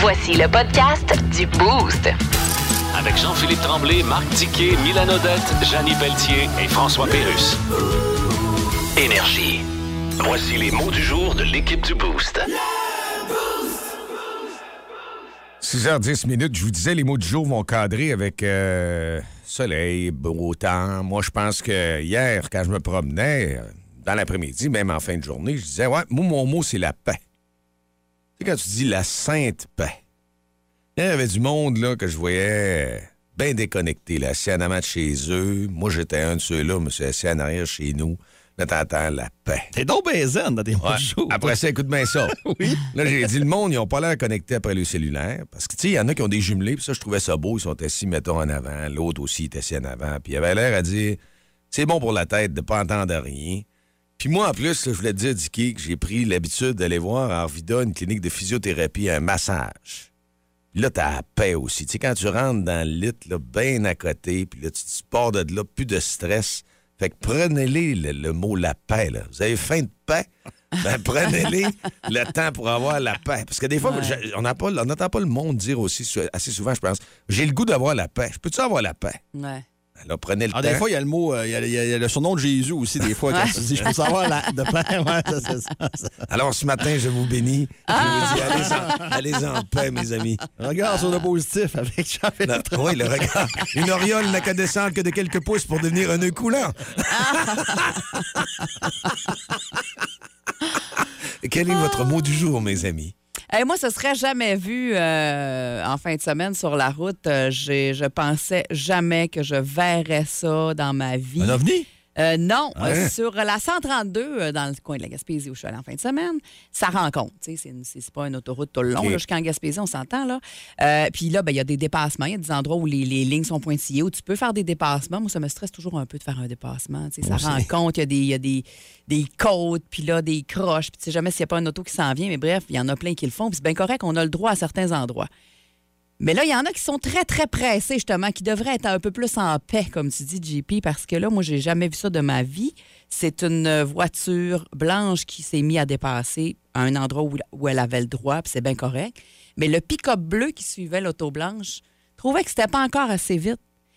Voici le podcast du Boost. Avec Jean-Philippe Tremblay, Marc Tiquet, Milan Odette, Janine Pelletier et François Pérus. Énergie. Voici les mots du jour de l'équipe du Boost. 6h10 minutes, je vous disais, les mots du jour vont cadrer avec euh, soleil, beau temps. Moi, je pense que hier, quand je me promenais, euh, dans l'après-midi, même en fin de journée, je disais, ouais, moi, mon mot, c'est la paix. Tu sais, quand tu dis la sainte paix, il y avait du monde, là, que je voyais euh, bien déconnecté, là, assis en avant de chez eux. Moi, j'étais un de ceux-là, je me suis assis en arrière chez nous. Là, t'entends la paix. T'es donc ben zen dans tes mots du jour. Après ça, écoute bien ça. Là, j'ai dit, le monde, ils n'ont pas l'air connectés après le cellulaire. Parce que, tu sais, il y en a qui ont des jumelés, puis ça, je trouvais ça beau. Ils sont assis, mettons, en avant. L'autre aussi, il est assis en avant. Puis il avait l'air à dire, c'est bon pour la tête de pas entendre rien. Puis moi, en plus, là, je voulais te dire, Dicky, que j'ai pris l'habitude d'aller voir à Arvida une clinique de physiothérapie, un massage. Puis Là, t'as la paix aussi. Tu sais, quand tu rentres dans le lit, là, bien à côté, puis là, tu tu pars de là, plus de stress. Fait que prenez-les, le, le mot la paix, là. Vous avez faim de paix? Ben, prenez-les le temps pour avoir la paix. Parce que des fois, je- on n'a pas- on n'entend pas le monde dire aussi sou- assez souvent, je pense, j'ai le goût d'avoir la paix. Je peux-tu avoir la paix? Ouais. Ben, là, prenez le Ah, temps. des fois, il y a le mot, euh, il y, a- il y a il y a le surnom de Jésus aussi, des fois, quand tu dis, je peux savoir la, de paix. Ouais, ça, c'est ça, ça. Alors, ce matin, je vous bénis. Je vous dis, allez-en- allez-en en paix, mes amis. Regarde sur le positif avec Jean-Philippe. Non, oui, le regard. Une oriole n'a qu'à descendre que de quelques pouces pour devenir un œuf coulant. Quel est votre mot du jour, mes amis? Hey, moi, ce serait jamais vu euh, en fin de semaine sur la route. Euh, j'ai- je pensais jamais que je verrais ça dans ma vie. ovni? Euh, non, Ah, euh, hein? sur la 132, euh, dans le coin de la Gaspésie où je suis allée en fin de semaine, ça rencontre. tu sais, C'est, une- c'est, c'est pas une autoroute tout le long, Ok. là, jusqu'en Gaspésie, on s'entend. là. Euh, Puis là, ben, il y a des dépassements. Il y a des endroits où les, les lignes sont pointillées, où tu peux faire des dépassements. Moi, ça me stresse toujours un peu de faire un dépassement. tu sais, Ça rencontre, il y a des, il y a des, des côtes, puis là, des croches. Puis tu sais jamais s'il n'y a pas un auto qui s'en vient, mais bref, il y en a plein qui le font. Puis c'est bien correct, on a le droit à certains endroits. Mais là, il y en a qui sont très, très pressés, justement, qui devraient être un peu plus en paix, comme tu dis, JP, parce que là, moi, j'ai jamais vu ça de ma vie. C'est une voiture blanche qui s'est mise à dépasser à un endroit où, où elle avait le droit, puis c'est bien correct. Mais le pick-up bleu qui suivait l'auto blanche trouvait que c'était pas encore assez vite.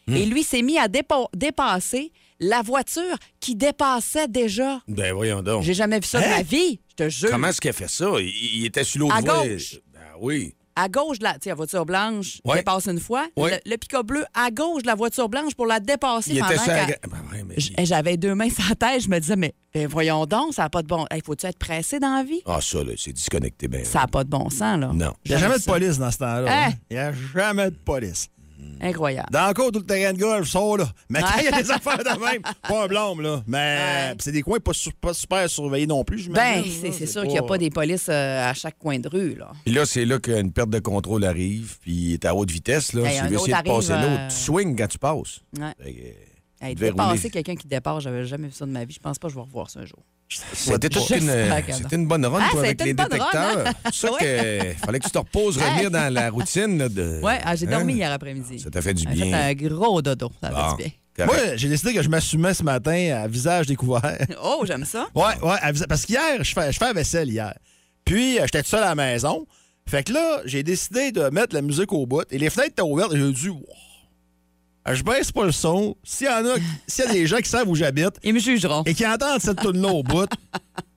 Et lui s'est mis à dépa- dépasser la voiture qui dépassait déjà. Ben, voyons donc. J'ai jamais vu ça de ma vie, je te jure. Comment est-ce qu'elle fait ça? Il, il était sur l'autre À voie. gauche. Ben oui. à gauche de la, tu sais, la voiture blanche Ouais. dépasse une fois. Ouais. Le, le pick-up bleu à gauche de la voiture blanche pour la dépasser Il pendant était sur la... qu'elle- gra- Ben ouais, mais... J- J'avais deux mains sur la tête. Je me disais, mais ben voyons donc, ça n'a pas de bon... Il Faut-tu être pressé dans la vie? Ah, ça, là, c'est disconnecté. Ben, Ça n'a pas de bon sens, là. Non. Il n'y a jamais de ça. police dans ce temps-là. Hein? hein. Il n'y a jamais de police. Incroyable. Dans le cours, tout le terrain de golf, sont là. Mais quand il y a des affaires de même, pas un blâme, là. Mais Ouais. pis c'est des coins pas, su- pas super surveillés non plus, Ben, j'imagine. là. c'est c'est sûr qu'il n'y a pas des polices euh, à chaque coin de rue, là. Puis Ben, là, c'est là qu'une perte de contrôle arrive, puis il est à haute vitesse. Là. Hey, si un tu veux autre essayer de passer arrive, l'autre, euh, tu swings quand tu passes. Ouais. Fait que- Hey, devait dépasser rouler. quelqu'un qui dépasse, j'avais jamais vu ça de ma vie. Je pense pas que je vais revoir ça un jour. Euh, C'était toute J'espère une, que non. c'était une bonne run, Ah, toi, avec c'était les une bonne run, détecteurs. hein? C'est sûr que fallait que tu te reposes, revenir dans la routine. là, de... Ouais, ah, j'ai Hein? dormi hier après-midi. Ça t'a fait du J'ai fait bien. un gros dodo. Ça a Bon, fait du bien. correct. Moi, j'ai décidé que je m'assumais ce matin à visage découvert. Oh, j'aime ça. Ouais, ouais, à visa- parce qu'hier, je fais, je fais la vaisselle hier. Puis, euh, j'étais tout seul à la maison. Fait que là, j'ai décidé de mettre la musique au bout. Et les fenêtres étaient ouvertes. Et j'ai dit, wow. Je baisse pas le son. S'il y en a, s'il y a des gens qui savent où j'habite Ils me jugeront. et qui entendent cette tune-là au bout,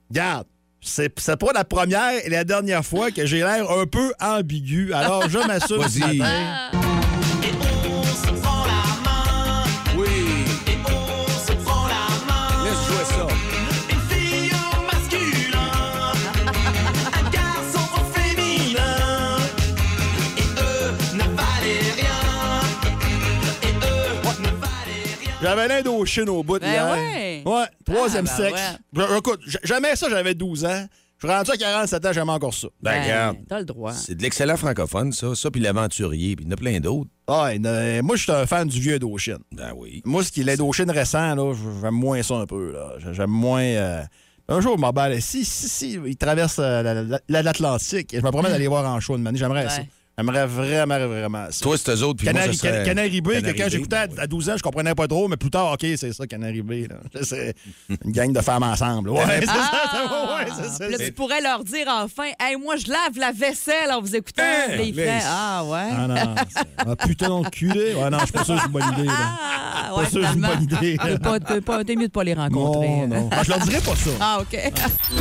regarde. C'est c'est pas la première et la dernière fois que j'ai l'air un peu ambigu. Alors, je m'assure. ce Vas-y. matin. Oui. Laisse jouer ça. J'avais l'air d'Auchine au bout Ben hier. ouais. Ouais, troisième Ah, ben sexe. Je- écoute, j- jamais ça, j'avais 12 ans. Je suis rendu à 47 ans, j'aime encore ça. Ben, regarde. T'as le droit. C'est de l'excellent francophone, ça. Ça, puis l'aventurier, puis il y en a plein d'autres. Ah, il y en a- moi, je suis un fan du vieux Dauphine. Ben oui. Moi, ce qui est les Dauphines récents, là, j- j'aime moins ça un peu. là. J- J'aime moins. euh, Un jour, ma balle, si, si, si, il traverse euh, la- la- la- l'Atlantique, et je me promets d'aller voir en show une année, j'aimerais Hmm. Ouais. ça. J'aimerais vraiment, vraiment ça. Toi, c'est eux autres, puis moi, Canary, ce serait- Canary Bay, que Canary quand Bay, j'écoutais à- ouais. à 12 ans, je comprenais pas trop, mais plus tard, OK, c'est ça, Canary Bay. là. C'est une gang de femmes ensemble. Ouais, c'est ça, c'est bon, ouais, c'est ça. Ah! Puis là, c'est- tu pourrais leur dire enfin, hey, moi, je lave la vaisselle en vous écoutant. Hein, Puis là, ils mais- feraient, ah, ouais. Ah non, c'est- ah, putain d'enculé. Ouais, non, je suis pas sûr que c'est une bonne idée. là. Ah, Pas ouais, sûr que c'est une bonne finalement. idée. T'es pas- t'es pas- T'es mieux de pas les rencontrer. euh. Non, non. Ah, je leur dirais pas ça. Ah, OK.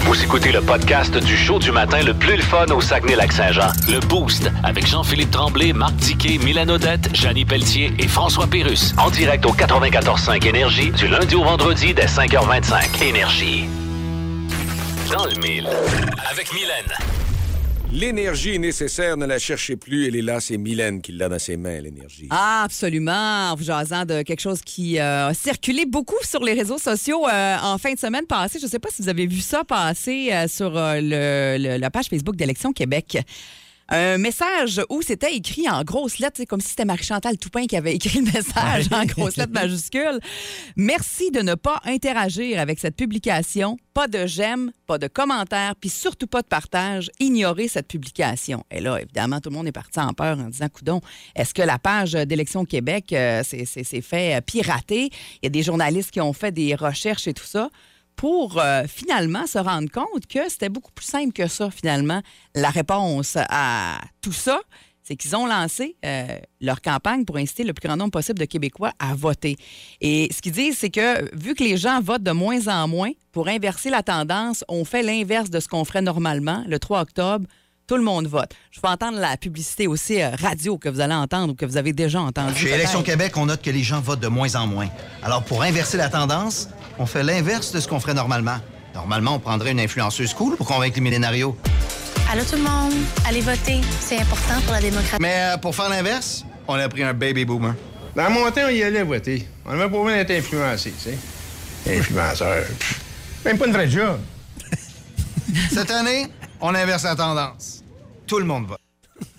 Vous écoutez le podcast du show du matin le plus le fun au Saguenay-Lac-Saint-Jean. Le Boost avec Jean-Philippe Tremblay, Marc Tiquet, Milan Odette, Janine Pelletier et François Pérus. En direct au 94.5 Énergie du lundi au vendredi dès 5h25. Énergie. Dans le mille. Avec Mylène. L'énergie est nécessaire, ne la cherchez plus. Elle est là, c'est Mylène qui l'a dans ses mains, l'énergie. Ah, absolument. En vous jasant de quelque chose qui euh, a circulé beaucoup sur les réseaux sociaux euh, en fin de semaine passée. Je ne sais pas si vous avez vu ça passer euh, sur euh, le- le- la page Facebook d'Élection Québec. Un message où c'était écrit en grosses lettres, c'est comme si c'était Marie-Chantal Toupin qui avait écrit le message en grosses lettres majuscules. Merci de ne pas interagir avec cette publication. Pas de j'aime, pas de commentaires, puis surtout pas de partage. Ignorez cette publication. Et là, évidemment, tout le monde est parti en peur en disant Coudon, est-ce que la page d'Élection Québec euh, s'est s'est- s'est fait euh, pirater Il y a des journalistes qui ont fait des recherches et tout ça pour euh, finalement se rendre compte que c'était beaucoup plus simple que ça, finalement, la réponse à tout ça. C'est qu'ils ont lancé euh, leur campagne pour inciter le plus grand nombre possible de Québécois à voter. Et ce qu'ils disent, c'est que vu que les gens votent de moins en moins, pour inverser la tendance, on fait l'inverse de ce qu'on ferait normalement le 3 octobre. Tout le monde vote. Je vais entendre la publicité aussi euh, radio que vous allez entendre ou que vous avez déjà entendue. Chez Élection peut-être. Québec, on note que les gens votent de moins en moins. Alors, pour inverser la tendance, on fait l'inverse de ce qu'on ferait normalement. Normalement, on prendrait une influenceuse cool pour convaincre les millénarios. Allô tout le monde, allez voter, c'est important pour la démocratie. Mais euh, pour faire l'inverse, on a pris un baby boomer. Dans mon temps, on y allait voter. On avait pas besoin d'être influencé, tu sais. Influenceur. pff, Même pas une vraie job. Cette année, on inverse la tendance. Tout le monde vote.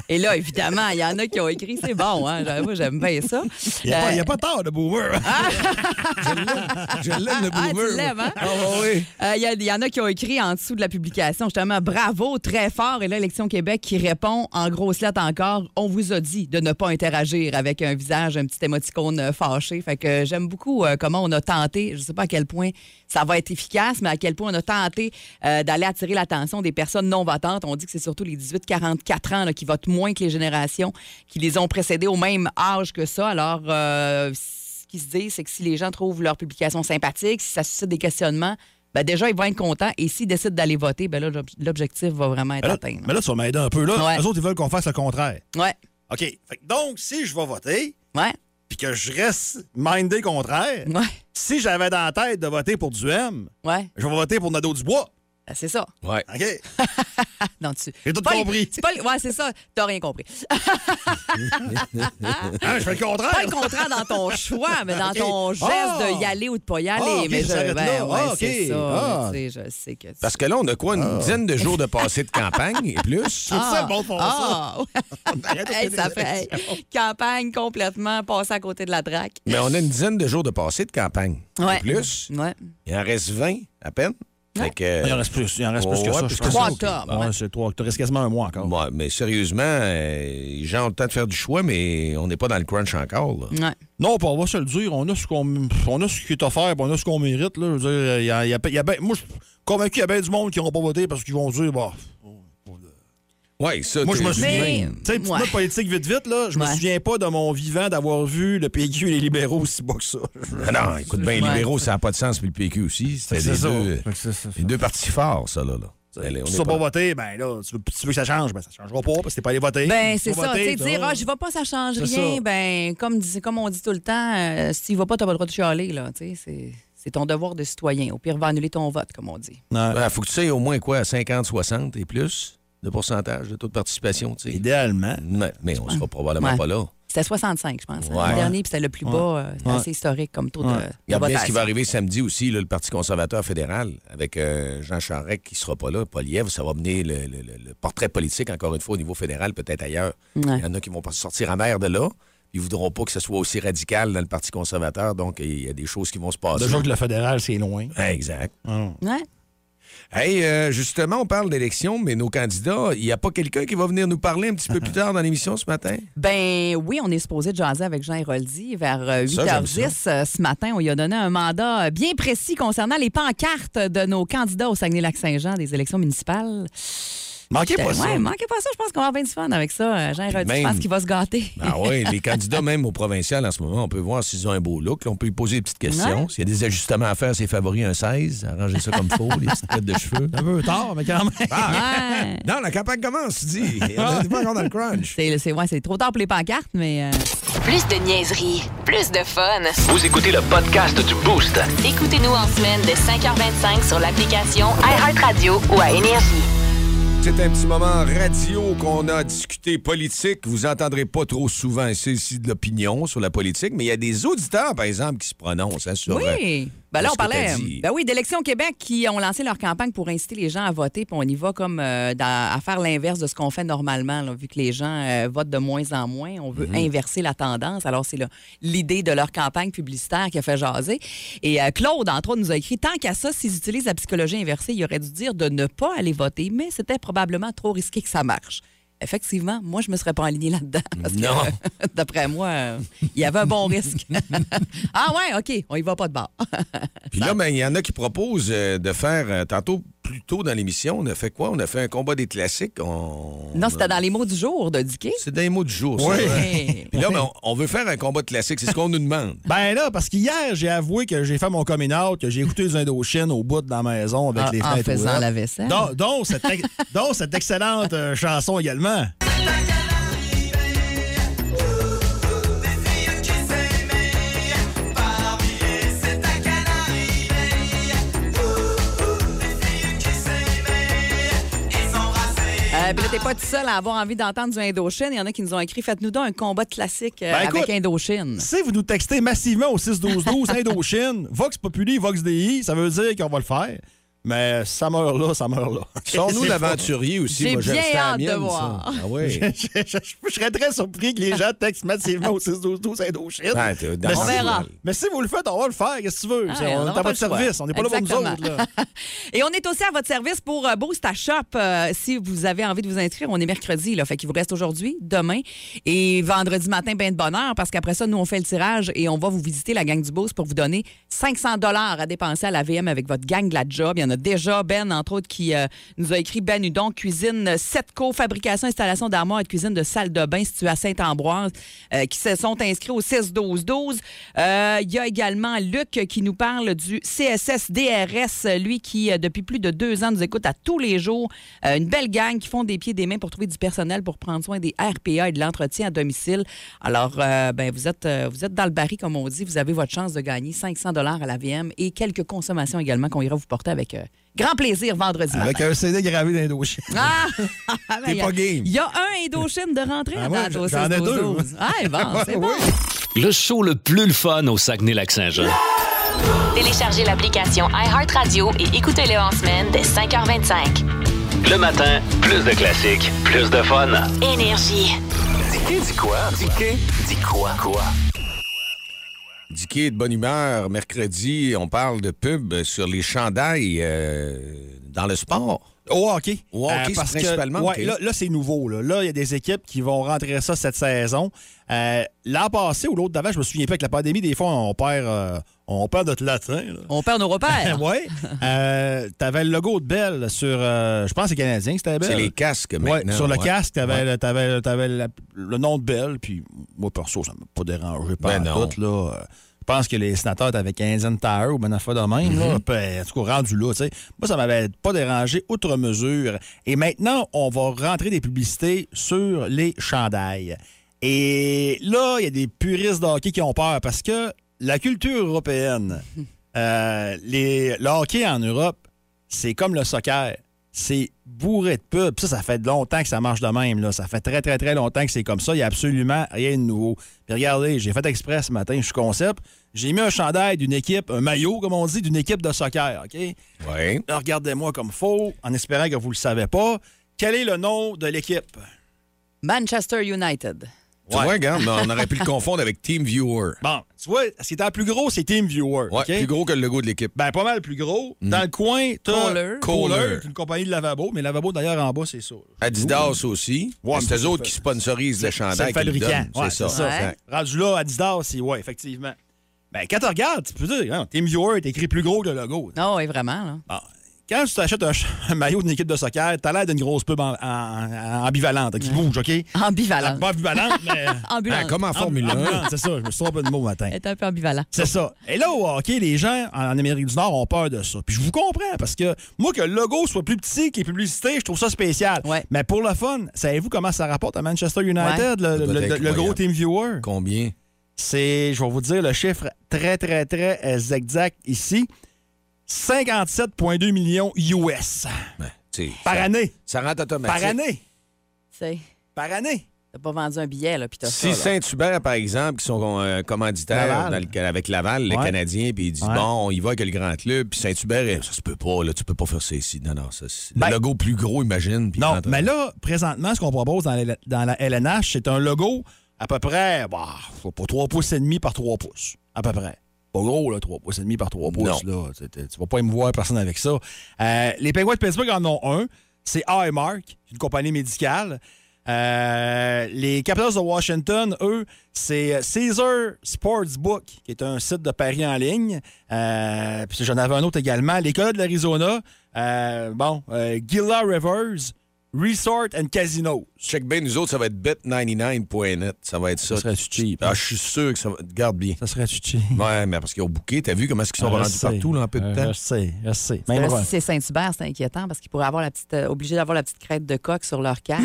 Et là, évidemment, il y en a qui ont écrit, c'est bon, hein? Moi, j'aime bien ça. Il n'y a, pas- Euh, y a pas tard de boomer. Je l'aime, le Ah, tu boomer. l'aimes, hein? ouais, ouais. Euh, Il y, a- il y en a qui ont écrit en dessous de la publication, justement, bravo, très fort. Et là, Élection Québec qui répond en grosses lettres encore, on vous a dit de ne pas interagir avec un visage, un petit émoticône euh, fâché. Fait que euh, j'aime beaucoup euh, comment on a tenté, je sais pas à quel point ça va être efficace, mais à quel point on a tenté euh, d'aller attirer l'attention des personnes non votantes. On dit que c'est surtout les 18-44 ans là, qui votent moins que les générations qui les ont précédés au même âge que ça. Alors, euh, ce qui se dit, c'est que si les gens trouvent leur publication sympathique, si ça suscite des questionnements, ben déjà, ils vont être contents. Et s'ils décident d'aller voter, ben là, l'ob- l'objectif va vraiment être Mais Ben là, atteint. là. mais là, tu vas m'aider un peu. Là. Ouais. Eux autres, ils veulent qu'on fasse le contraire. Ouais, OK. Fait que donc, si je vais voter, ouais, puis que je reste mindé contraire, ouais, si j'avais dans la tête de voter pour du M, ouais. je vais voter pour Nadeau Dubois. Ben, c'est ça. OK? Non, tu... J'ai tout pas les- compris. c'est pas les- Ouais, c'est ça. T'as rien compris. Hein, je fais le contraire. Pas le contraire dans ton choix, mais dans OK. ton geste Ah! de y aller ou de pas y aller. Ah, OK, mais ça je, s'arrête ben, là. ouais, Ah, OK. c'est ça. Ah. Tu sais, je sais que tu- Parce que là, on a quoi, une dizaine de jours de passé de campagne et plus? C'est ça, bon, de faire Ah! Arrête de Hey, faire ça des fait hey, campagne complètement passée à côté de la drague. Mais on a une dizaine de jours de passé de campagne. Ouais. Et plus, Ouais. il en reste 20 à peine. Fait que- Il en reste plus, il en reste plus que Ouais, ça. parce je que pense. trois octobre, Ouais, ouais. c'est trois octobre. Il reste quasiment un mois encore. Ouais, mais sérieusement, euh, les gens ont le temps de faire du choix, mais on n'est pas dans le crunch encore. là. Ouais. Non, pas, on va se le dire. On a ce, qu'on, on a ce qui est offert, puis on a ce qu'on mérite. Là. Je veux dire, il y a, il y a- il y a ben- moi, je suis convaincu qu'il y a bien du monde qui n'auront pas voté parce qu'ils vont dire, bah, Ouais, ça, Moi, je t'es- me souviens. Mais- Tu sais, petite Ouais. note politique vite, vite, là. Je me Ouais. souviens pas de mon vivant d'avoir vu le PQ et les libéraux aussi bas que ça. Ah Non, écoute bien, les Ouais. libéraux, ça n'a pas de sens, puis le PQ aussi. C'était les deux, les deux partis forts, ça, là. là. Allez, on Si est tu vas pas- pas voter, ben là, tu veux, tu veux que ça change, ben ça changera pas parce que t'es pas allé voter. Ben, Tu c'est vas ça. Tu voter, sais, dire, t'as- ah, je vais pas, ça change C'est rien. ça. Ben, comme, dis- comme on dit tout le temps, euh, si tu vas pas, t'as pas le droit de chialer, là. Tu sais, c'est- c'est ton devoir de citoyen. Au pire, va annuler ton vote, comme on dit. Ouais. Ouais, faut que tu aies au moins quoi, 50, 60 et plus de pourcentage de taux de participation, tu sais. Idéalement. Mais, mais on sera probablement Ouais. pas là. C'était 65, je pense. hein, Ouais. Le dernier, puis c'était le plus bas. euh, C'était assez historique comme taux de- de, Regarde bien ce qui votation. va arriver samedi aussi, là, le Parti conservateur fédéral, avec euh, Jean Charest qui sera pas là, Poliev, ça va mener le, le- le- le portrait politique, encore une fois, au niveau fédéral, peut-être ailleurs. Ouais. Il y en a qui vont pas sortir amers de là. Ils voudront pas que ce soit aussi radical dans le Parti conservateur, donc il y a des choses qui vont se passer. Déjà que le fédéral, c'est loin. Ouais, Exact. Ouais. Hey, euh, justement, on parle d'élection, mais nos candidats, il n'y a pas quelqu'un qui va venir nous parler un petit peu plus tard dans l'émission ce matin? Ben oui, on est supposé de jaser avec Jean Héroldi vers euh, Ça, j'aime 8h10 euh, ce matin. On lui a donné un mandat euh, bien précis concernant les pancartes de nos candidats au Saguenay-Lac-Saint-Jean des élections municipales. Manquez Euh, pas ça. ouais, manquez pas ça. Je pense qu'on va avoir bien du fun avec ça. euh, Jean Héroldi, même- je pense qu'il va se gâter. Ah oui, les candidats, même aux provinciales en ce moment, on peut voir s'ils ont un beau look. là, on peut lui poser des petites questions. Ouais. S'il y a des ajustements à faire, c'est favori un 16, arrangez ça comme faut, les petites têtes de cheveux. Un peu tard, mais quand même. Ouais. Non, la campagne commence, tu dis. On n'est pas encore dans le crunch. C'est c'est- ouais, c'est trop tard pour les pancartes, mais... euh, Plus de niaiserie, plus de fun. Vous écoutez le podcast du Boost. Écoutez-nous en semaine de 5h25 sur l'application iHeartRadio ou à Énergie. C'est un petit moment radio qu'on a discuté politique. Vous entendrez pas trop souvent ici, ici de l'opinion sur la politique, mais il y a des auditeurs, par exemple, qui se prononcent hein, sur. euh, Oui. Ben là, ce on que t'as parlait dit. ben oui, d'Élections Québec qui ont lancé leur campagne pour inciter les gens à voter. Puis on y va comme euh, dans- à faire l'inverse de ce qu'on fait normalement, là, vu que les gens euh, votent de moins en moins. On Mhm. veut inverser la tendance. Alors, c'est là, l'idée de leur campagne publicitaire qui a fait jaser. Et euh, Claude, entre autres, nous a écrit Tant qu'à ça, s'ils utilisent la psychologie inversée, il aurait dû dire de ne pas aller voter, mais c'était probablement trop risqué que ça marche. Effectivement, moi, je me serais pas alignée là-dedans. parce que, Non. euh, D'après moi, euh, il y avait un bon risque. ah ouais, OK, on y va pas de bord. Puis là, ben, il y en a qui proposent euh, de faire, euh, tantôt, plus tôt dans l'émission, on a fait quoi? On a fait un combat des classiques. On... Non, c'était dans les mots du jour de Dicky. C'est dans les mots du jour, ça. Oui. Puis là, ben, on on veut faire un combat de classique, c'est ce qu'on nous demande. Ben là, parce qu'hier, j'ai avoué que j'ai fait mon coming out, que j'ai écouté les Indochines au bout de la maison avec Ah, En- les en fenêtres faisant ouvertes. la vaisselle. Donc, donc cette, ex- donc cette excellente euh, chanson également. Euh, puis là, t'es pas tout seul à avoir envie d'entendre du Indochine. Il y en a qui nous ont écrit Faites-nous donc un combat de classique euh, Ben, écoute, avec Indochine. Si vous nous textez massivement au 6-12-12, Indochine, Vox Populi, Vox DI, ça veut dire qu'on va le faire. Mais ça meurt là, ça meurt là. Sont-nous l'aventurier aussi? J'ai Moi, j'aime bien ça à la hâte de mienne, ça. voir. Ah oui. je, je- je- je serais très surpris que les gens textent massivement au 6-12-12 Indochine. Ah, t'es dans Mais le On si- verra. mal. Mais si vous le faites, on va le faire. Qu'est-ce que tu veux? Ah, C'est- on on n'aura est à votre pas le choix. service. On n'est pas là pour nous Exactement. autres. Là. Et on est aussi à votre service pour euh, Boost à Shop. Euh, si vous avez envie de vous inscrire, on est mercredi. Là, fait qu'il vous reste aujourd'hui, demain et vendredi matin, bien de bonne heure, parce qu'après ça, nous, on fait le tirage et on va vous visiter la gang du Boost pour vous donner 500 dollars à dépenser à la VM avec votre gang de la job. Il y en a déjà, Ben, entre autres, qui euh, nous a écrit Ben Hudon, cuisine Setco, fabrication, installation d'armoires et de cuisine de salle de bain située à Saint-Ambroise, euh, qui se sont inscrits au 6-12-12. Euh, Il y a également Luc qui nous parle du CSS DRS, lui qui, euh, depuis plus de deux ans, nous écoute à tous les jours. Euh, une belle gang qui font des pieds et des mains pour trouver du personnel pour prendre soin des RPA et de l'entretien à domicile. Alors, euh, ben, vous, êtes, euh, vous êtes dans le baril, comme on dit. Vous avez votre chance de gagner 500 à la VM et quelques consommations également qu'on ira vous porter avec euh, grand plaisir vendredi matin. Avec un CD gravé d'Indochine. Ah! Ben, il y a- pas game. Il y a un Indochine de rentrée Ah, à moi, date au j'en ai 16 deux, 12. Ah, bon, c'est bon. Le show le plus le fun au Saguenay-Lac-Saint-Jean. Téléchargez l'application iHeartRadio et écoutez-le en semaine de 5h25. Le matin, plus de classiques, plus de fun. Énergie. Dis dis quoi? Dis dis quoi? Quoi? Dicky est de bonne humeur. Mercredi, on parle de pub sur les chandails euh, dans le sport. Au hockey. Au hockey, c'est Euh, parce que- principalement, ouais, ok. Là, là, c'est nouveau. Là, Là, il y a des équipes qui vont rentrer ça cette saison. Euh, L'an passé ou l'autre d'avant, je me souviens pas, avec la pandémie, des fois, on perd, euh, on perd notre latin. là. On perd nos repères. ouais. Euh, t'avais le logo de Bell sur. euh, je pense que c'est canadien, que c'était Bell. C'est les casques Ouais, maintenant. sur le ouais. casque, t'avais, le- t'avais- t'avais la- le nom de Bell, puis moi, perso, ça m'a pas dérangé pas Ben en non. tout, là. Euh, Je pense que les sénateurs avaient 15 ans de Tower ou ben affaire de même, Mm-hmm. là. Puis, en tout cas, rendu là, tu sais. Moi, ça m'avait pas dérangé outre mesure. Et maintenant, on va rentrer des publicités sur les chandails. Et là, il y a des puristes de hockey qui ont peur parce que la culture européenne, euh, les, le hockey en Europe, c'est comme le soccer. C'est bourré de pubs. Ça, ça fait longtemps que ça marche de même. Là. Ça fait très, très, très longtemps que c'est comme ça. Il n'y a absolument rien de nouveau. Puis regardez, j'ai fait exprès ce matin, je suis concept. J'ai mis un chandail d'une équipe, un maillot, comme on dit, d'une équipe de soccer. OK? Ouais. Là, regardez-moi comme faux, en espérant que vous ne le savez pas. Quel est le nom de l'équipe? Manchester United. Tu vois, regarde, on aurait pu le confondre avec Team Viewer. Bon, tu vois, ce qui était le plus gros, c'est TeamViewer. Ouais, Bah, OK? plus gros Mm. que le logo de l'équipe. Ben, pas mal plus gros. Dans le coin, t'as Kohler. Kohler, qui est une compagnie de lavabo, mais lavabo d'ailleurs en bas, c'est ça. Adidas aussi. Mais Ouais, mais c'est ça, eux autres c'est- qui sponsorisent le C'est chandail. le qu'ils le fabricant. donnent. Ouais, c'est ça. Ouais. exact. Rendu là, Adidas, c'est ouais, effectivement. Ben, quand tu regardes, tu peux dire, hein, TeamViewer est écrit plus gros que le logo. Non, oui, vraiment. Là. Bon, Quand tu t'achètes un, ch- un maillot d'une équipe de soccer, t'as l'air d'une grosse pub en- en- en- ambivalente qui bouge, OK? Ah, Ah, Ambivalent. Pas ambivalente, mais. euh, Ambulance. Ah, comme en Formule 1. Ambivalente, c'est ça, je me suis trompé de mot matin. Elle est un peu ambivalent. C'est ça. Et là, au hockey, les gens en, en Amérique du Nord ont peur de ça. Puis je vous comprends, parce que moi, que le logo soit plus petit que les publicités, je trouve ça spécial. Ouais. Mais pour le fun, savez-vous comment ça rapporte à Manchester United, le, doit le- être le- le gros incroyable. team viewer? Combien? C'est, je vais vous dire le chiffre très, très, très euh, exact ici. 57,2 millions US Ben, tu sais, par ça- année. Ça rentre automatique. Par année. Tu sais, Par année. t'as pas vendu un billet, là, puis t'as Si ça. là. Saint-Hubert, par exemple, qui sont euh, commanditaires Laval. dans le ca- avec Laval, le Ouais. Canadien, puis ils disent Ouais. bon, on y va avec le grand club, puis Saint-Hubert, eh, ça se peut pas, là, tu peux pas faire ça ici. Non, non, ça, c'est- Ben- le logo plus gros, imagine. puis il Non, rentre- mais là, présentement, ce qu'on propose dans la, dans la LNH, c'est un logo à peu près, bah, faut pas 3 pouces et demi par 3 pouces. À peu près. Pas gros, là, 3 pouces et demi par 3 pouces. Là. Tu- Tu tu vas pas émouvoir personne avec ça. Euh, les Penguins de Pittsburgh en ont un. C'est Highmark, une compagnie médicale. Euh, les Capitals de Washington, eux, c'est Caesar Sportsbook, qui est un site de paris en ligne. Euh, puis j'en avais un autre également. Les Coyotes de l'Arizona, euh, bon, euh, Gila Rivers, Resort and Casinos. Check bien, nous autres, ça va être bet99.net. Ça va être ça. Ça serait cheap. hein. Ah, je suis sûr que ça va. Garde bien. Ça serait utile. Ouais, mais parce qu'ils ont bouqué, t'as vu comment est-ce qu'ils Ah, sont rendus partout là, en peu de temps? Euh, Je sais, je sais. Parce Même que Ron. Si c'est Saint-Hubert, c'est inquiétant parce qu'ils pourraient avoir la petite, euh, obligés d'avoir la petite crête de coq sur leur casque.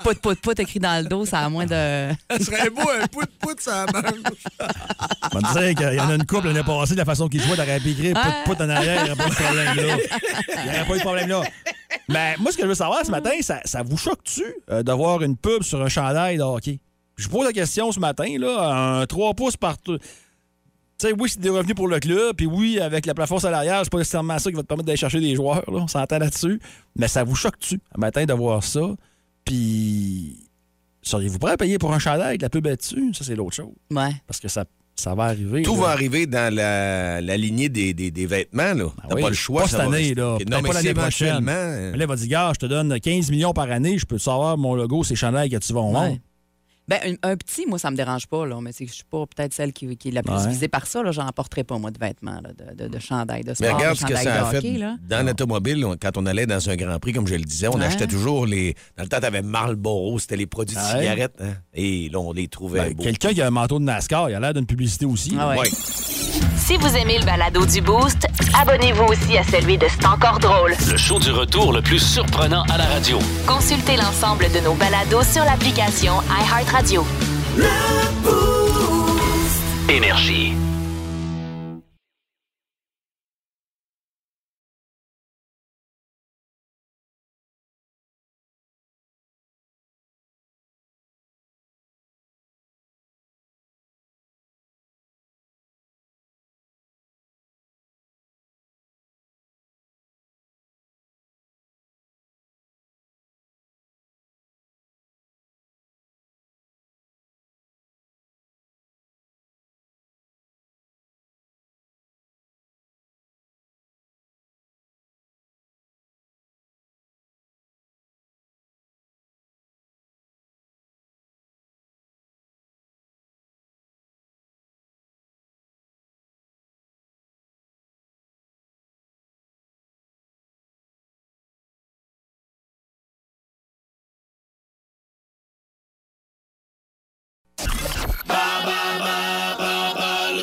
pout, pout, pout écrit dans le dos, ça a moins de. Ça serait beau, un pout pout ça marche. On va te dire qu'il y en a une couple l'année passée, de la façon qu'ils jouaient, t'aurais pu écrire put put en arrière, il n'y aurait pas eu de problème là. Il n'y aurait pas eu de problème là. Mais moi, ce que je veux savoir ce matin, ça, ça vous choque-tu euh, de voir une pub sur un chandail de hockey? Je vous pose la question ce matin, là, un 3 pouces par. t- Tu sais, oui, c'est des revenus pour le club, puis oui, avec la plafond salariale, c'est pas nécessairement ça qui va te permettre d'aller chercher des joueurs, là, on s'entend là-dessus. Mais ça vous choque-tu un matin de voir ça? Puis. Seriez-vous prêt à payer pour un chandail avec la pub là-dessus? Ça, c'est l'autre chose. Ouais. Parce que ça, ça va arriver. Tout là. va arriver dans la, la lignée des, des, des vêtements, là. T'as Ben Ah oui, pas le choix. pas ça cette va année, rester. là. Non, Peut-être mais pas c'est l'année prochaine. éventuellement. Mais euh, Là, il va dire, gars, je te donne 15 millions par année, je peux te savoir mon logo, ces chandails que tu vas en vendre. Ouais. Ben, un, un petit, moi, ça me dérange pas, là, mais c'est que je suis pas peut-être celle qui, qui est la plus Ouais. visée par ça. là. J'en porterai pas, moi, de vêtements, là, de, de, de chandail, de sport, Mm. Mais regarde de ce que chandail ça a de fait hockey, là. dans l'automobile. on- Quand on allait dans un Grand Prix, comme je le disais, on Ouais. achetait toujours les. Dans le temps, t'avais Marlboro, c'était les produits de Ouais. cigarettes. hein. Et là, on les trouvait Ben, beaux. Quelqu'un qui a un manteau de NASCAR, il a l'air d'une publicité aussi. Ah ouais. Ouais. Si vous aimez le balado du Boost, abonnez-vous aussi à celui de C'est encore drôle. Le show du retour le plus surprenant à la radio. Consultez l'ensemble de nos balados sur l'application iHeartRadio. Énergie.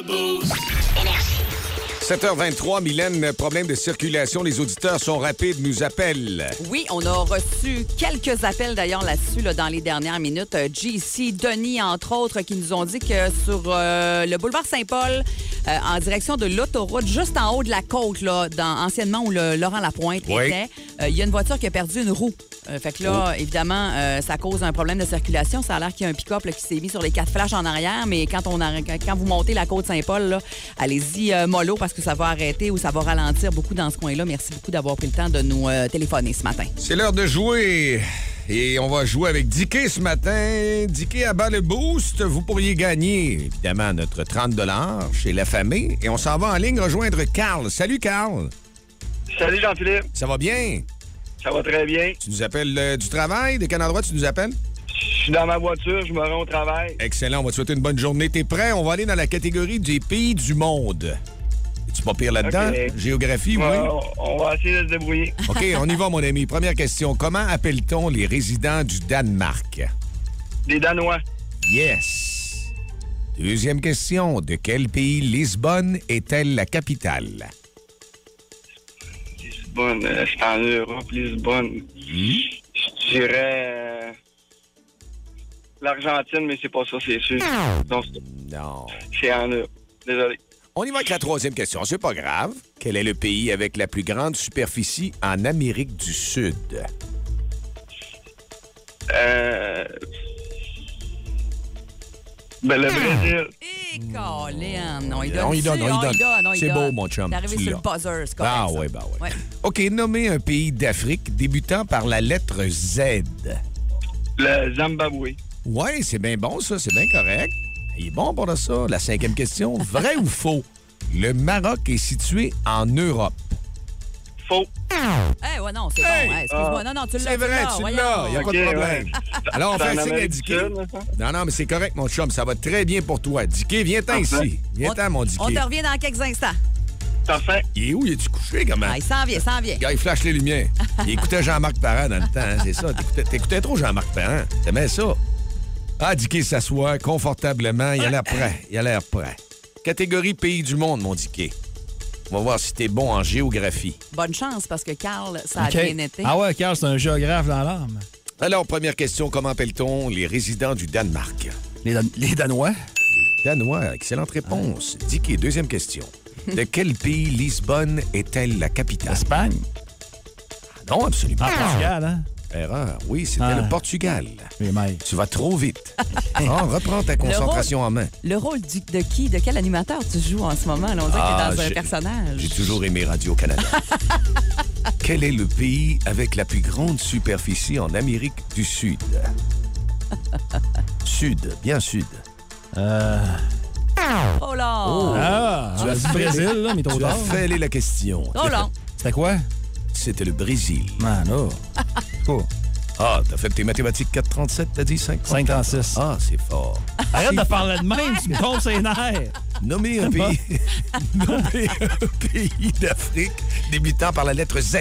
Énergie. 7h23, Mylène, problème de circulation. Les auditeurs sont rapides, nous appellent. Oui, on a reçu quelques appels d'ailleurs là-dessus là, dans les dernières minutes. Euh, JC, Denis, entre autres, qui nous ont dit que sur euh, le boulevard Saint-Paul, euh, en direction de l'autoroute, juste en haut de la côte, là, dans, anciennement où le Laurent Lapointe Oui. était, euh, il y a une voiture qui a perdu une roue. Euh, fait que là, évidemment, euh, ça cause un problème de circulation. Ça a l'air qu'il y a un pick-up là, qui s'est mis sur les quatre flashs en arrière, mais quand, on a- quand vous montez la côte Saint-Paul, là, allez-y euh, mollo parce que ça va arrêter ou ça va ralentir beaucoup dans ce coin-là. Merci beaucoup d'avoir pris le temps de nous euh, téléphoner ce matin. C'est l'heure de jouer Et on va jouer avec Dicky ce matin. Dicky à bas le boost. Vous pourriez gagner, évidemment, notre 30 chez La Famille. Et on s'en va en ligne rejoindre Carl. Salut, Carl. Salut Jean-Philippe, Ça va bien? ça va très bien. Tu nous appelles euh, du travail? De quel endroit tu nous appelles? Je suis dans ma voiture, je me rends au travail. Excellent. On va te souhaiter une bonne journée. T'es prêt? On va aller dans la catégorie des pays du monde. Es-tu pas pire là-dedans? Ok. Géographie, oui. On- on va essayer de se débrouiller. OK, on y va, mon ami. Première question. Comment appelle-t-on les résidents du Danemark? Les Danois, Yes. Deuxième question. De quel pays Lisbonne est-elle la capitale? Lisbonne, euh, c'est en Europe, Lisbonne. Je dirais euh, l'Argentine, mais c'est pas ça, c'est sûr. Donc, Non. c'est en Europe. Désolé. On y va avec la troisième question. C'est pas grave. Quel est le pays avec la plus grande superficie en Amérique du Sud? Euh... Ben, le Brésil, Et câlin, non, il donne. Non, il Ben, donne, tu- non, il oh, donne. non, il C'est donne. beau, mon chum, T'es arrivé tu sur le l'as. buzzer, c'est correct, Ah ça. ouais, bah ouais. Ouais. OK, nommez un pays d'Afrique débutant par la lettre Z. le Zimbabwe. Ouais, c'est bien bon, ça. C'est bien correct. Il est bon pour ça. La cinquième question. Vrai ou faux? Le Maroc est situé en Europe. Faux. Eh, ouais, non, c'est Hey! Ah, bon. hey, Excuse-moi. Non, non, tu l'as. C'est vrai, tu voyons l'as. Il n'y a donc. pas de Ok, problème. ouais. Alors, on C'est fait en signe à Amérique Dicky. du Sud, ça? Non, non, mais c'est correct, mon chum. Ça va très bien pour toi. Dicky, viens-t'en ici. Viens-t'en, mon On Dicky. te revient dans quelques instants. Parfait. Il est où? Il est-tu couché, comment? Ah, il s'en vient, il s'en vient. Gars, il flash les lumières. Il écoutait Jean-Marc Parent dans le temps, hein, c'est ça. T'écoutais, t'écoutais trop Jean-Marc Parent. T'aimais ça. Ah, Dicky s'assoit confortablement. Il a l'air prêt. Il a l'air prêt. Catégorie pays du monde, mon Dicky. On va voir si t'es bon en géographie. Bonne chance parce que Carl, ça a OK. bien été. Ah ouais, Carl, c'est un géographe dans l'âme. Alors, première question, comment appelle-t-on les résidents du Danemark? Les, Dan- les Danois. Danois, excellente réponse. Dicky, deuxième question. De quel pays Lisbonne est-elle la capitale? L'Espagne. Ah, Non, absolument Ah. En pas. Portugal, hein? Erreur. Oui, c'était Ah. le Portugal. Mais Mike. Tu vas trop vite. Ah, reprends ta concentration en main. Le rôle du- de qui, de quel animateur tu joues en ce moment? Là, on dirait Ah, que t'es dans j'ai- un personnage. J'ai toujours aimé Radio-Canada. Quel est le pays avec la plus grande superficie en Amérique du Sud? sud, bien sud. Oh là! Ah, Tu on as a dit fait- Brésil, là, mais trop Tu as tard. fêlé la question. Ah Oh là! C'était quoi? C'était le Brésil. Non, non. Quoi? Ah, t'as fait tes mathématiques 437, t'as dit 5? 536. Ah, c'est fort. Arrête Ah, de parler de même, tu me tombes sur les nerfs. Nommez un pays, nommez un pays d'Afrique débutant par la lettre Z.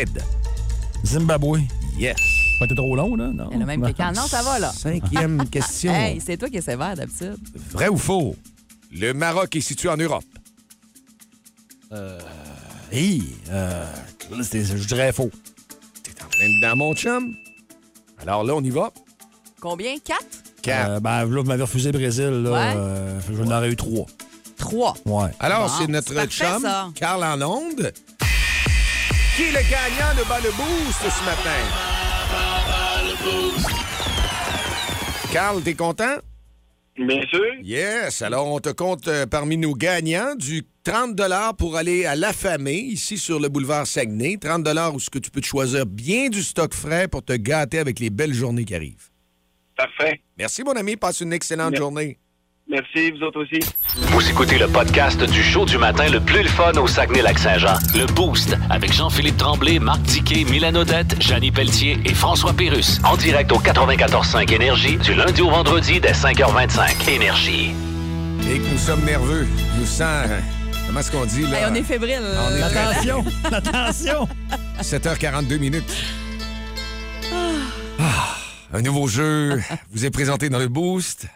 Zimbabwe. Yes. Pas été trop long, là? Non. Elle a même quelqu'un. Non, ça va, là. Oh. Cinquième question. Hey, c'est toi qui es sévère d'habitude. Vrai ou faux? Le Maroc est situé en Europe. Euh, Hey, euh, c'est- je dirais faux. T'es en plein dedans, mon chum. Alors là, on y va. Combien? Quatre? Quatre. Euh, ben, là, vous m'avez refusé Brésil, là. Ouais. euh, je n'en aurais eu trois. Trois. Ouais. Alors, Bon, c'est notre c'est parfait, chum, ça. Carl en onde. Qui est le gagnant de Bas le Boost ce matin? Carl, t'es content? Bien sûr. Yes. Alors, on te compte euh, parmi nos gagnants du 30 pour aller à La Famille, ici sur le boulevard Saguenay. 30 où ce que tu peux te choisir bien du stock frais pour te gâter avec les belles journées qui arrivent. Parfait. Merci, mon ami. Passe une excellente Merci. journée. Merci, vous autres aussi. Vous écoutez le podcast du show du matin le plus le fun au Saguenay-Lac-Saint-Jean. Le Boost avec Jean-Philippe Tremblay, Marc Diquet, Milan Odette, Janine Pelletier et François Pérus. En direct au 94.5 Énergie du lundi au vendredi dès 5h25. Énergie. Et que nous sommes nerveux. Nous sent... euh, Comment est-ce qu'on dit, là? Hey, on est fébrile. On est très- Attention, attention. 7h42 minutes. Ah, un nouveau jeu vous est présenté dans le Boost.